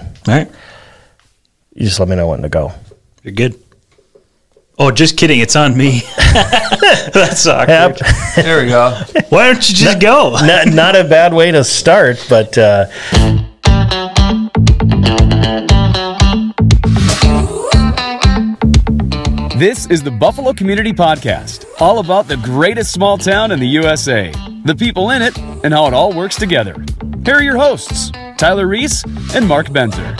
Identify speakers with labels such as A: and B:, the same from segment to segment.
A: All right.
B: You just let me know when to go.
A: You're good. Oh, just kidding. It's on me. That's awkward.
C: There we go.
A: Why don't you just go?
B: not, not a bad way to start, but uh,
D: This is the Buffalo Community Podcast, all about the greatest small town in the USA, the people in it, and how it all works together. Here are your hosts, Tyler Reese and Mark Benzer.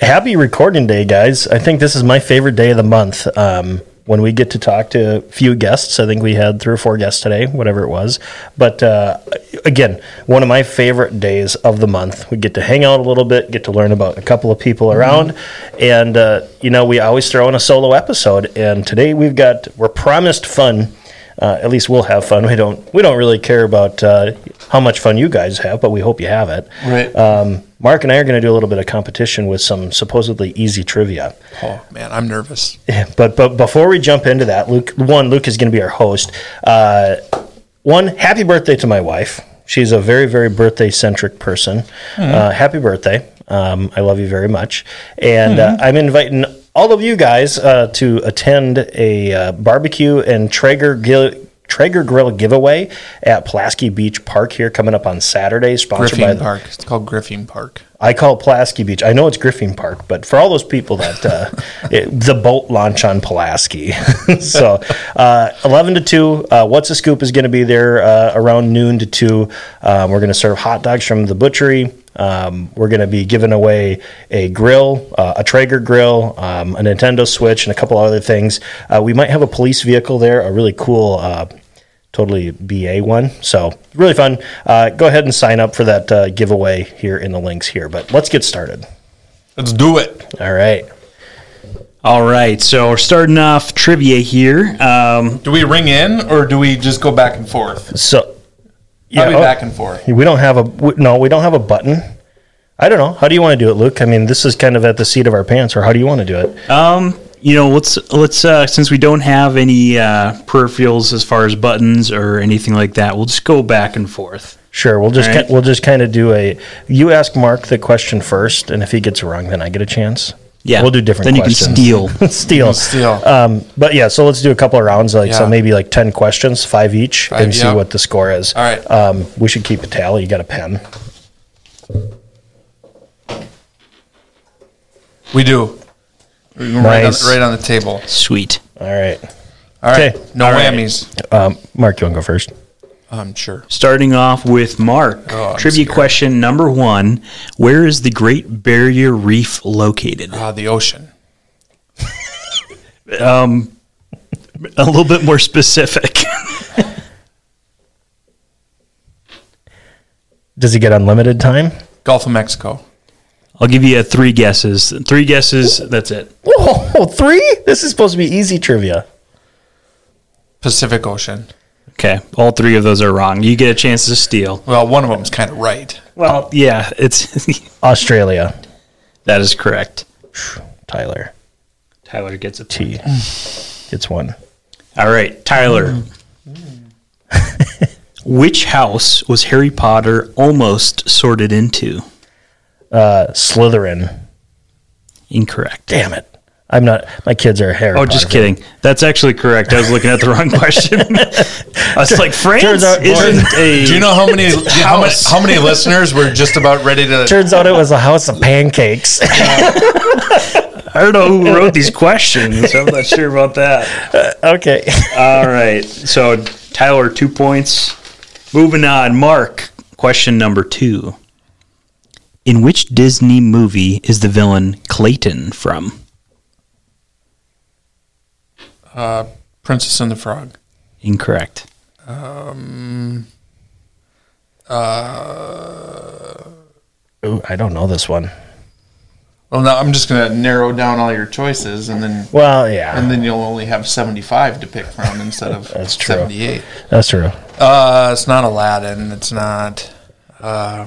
B: happy recording day, guys. I think this is my favorite day of the month. Um, when we get to talk to a few guests, I think we had three or four guests today, whatever it was. But uh, again, one of my favorite days of the month. We get to hang out a little bit, get to learn about a couple of people around, and uh, you know we always throw in a solo episode. And today we've got we're promised fun. uh, at least we'll have fun. We don't we don't really care about uh, how much fun you guys have, but we hope you have it.
C: Right.
B: Um, Mark and I are going to do a little bit of competition with some supposedly easy trivia.
C: Oh man, I'm nervous.
B: But but before we jump into that, Luke one Luke is going to be our host. Uh, one happy birthday to my wife. She's a very very birthday centric person. Uh, happy birthday! Um, I love you very much, and uh, I'm inviting all of you guys uh, to attend a uh, barbecue and Traeger. Gil- Traeger Grill giveaway at Pulaski Beach Park here coming up on Saturday, sponsored by
C: Griffin
B: the,
C: Park. It's called Griffin Park.
B: I call it Pulaski Beach. I know it's Griffin Park, but for all those people that uh, it, the boat launch on Pulaski, so uh, eleven to two. Uh, What's a scoop is going to be there uh, around noon to two. Um, we're going to serve hot dogs from the butchery. Um, we're going to be giving away a grill, uh, a Traeger grill, um, a Nintendo Switch, and a couple other things. Uh, we might have a police vehicle there, a really cool. Uh, totally BA one. So really fun. Uh, go ahead and sign up for that uh, giveaway here in the links here. But let's get started.
C: Let's do it.
B: All right.
A: All right. So we're starting off trivia here. Um,
C: Do we ring in or do we just go back and forth?
B: So
C: Probably
B: oh,
C: back and forth.
B: we don't have a we, no. We don't have a button. I don't know. How do you want to do it, Luke? I mean, this is kind of at the seat of our pants. Or how do you want to do it?
A: um, you know, let's let's uh, since we don't have any uh, peripherals as far as buttons or anything like that, we'll just go back and forth.
B: Sure. We'll just
A: All right.
B: ki- we'll just kind of do a. You ask Mark the question first, and if he gets it wrong, then I get a chance.
A: Yeah.
B: We'll do different.
A: Then
B: questions.
A: you can steal.
B: steal.
C: Steal.
B: Um, but yeah, so let's do a couple of rounds, like so
C: Yeah.
B: maybe like ten questions, five each,
C: Five,
B: and see
C: yeah.
B: what the score is.
C: All right.
B: Um, we should keep a tally. You got a pen?
C: We do. We can Right, on,
B: Nice.
C: right on the table.
A: Sweet.
B: All right.
C: All right.
B: Okay.
C: No
B: All right.
C: whammies.
B: Um, Mark, you want to go first?
C: I'm sure.
A: Starting off with Mark.
C: Oh, I'm
A: trivia
C: scared.
A: question number one: Where is the Great Barrier Reef located?
C: Uh, the ocean.
A: A little bit more specific.
B: Does he get unlimited time?
C: Gulf of Mexico.
A: I'll give you uh, three guesses. Three guesses. That's it.
B: Whoa, three? This is supposed to be easy trivia.
C: Pacific Ocean.
A: Okay, all three of those are wrong. You get a chance to steal.
C: Well, one of them's kind of right.
A: Well, yeah, it's
B: Australia,
A: that is correct.
B: Tyler
A: Tyler gets a T.
B: T gets one.
A: All right, Tyler.
B: Mm.
A: Which house was Harry Potter almost sorted into?
B: Uh, Slytherin.
A: Incorrect.
B: Damn it! I'm not. My kids are Harry.
A: Oh, just
B: Potter
A: kidding. That's actually correct. I was looking at the wrong question. I was like, France
B: Turns out-
A: isn't a.
C: Do you know how many how many, how many listeners were just about ready to?
B: Turns out it was a house of pancakes.
A: I don't know who wrote these questions. I'm not sure about that.
B: okay.
A: All right. So, Tyler, two points. Moving on. Mark, question number two. In which Disney movie is the villain Clayton from?
C: Princess and the Frog.
A: Incorrect.
B: Ooh, I don't know this one.
C: Well, now I'm just gonna narrow down all your choices, and then
B: Well, yeah,
C: and then you'll only have 75 to pick from instead of
B: That's true.
C: 78.
B: that's true.
C: Uh, it's not Aladdin. It's not. Uh,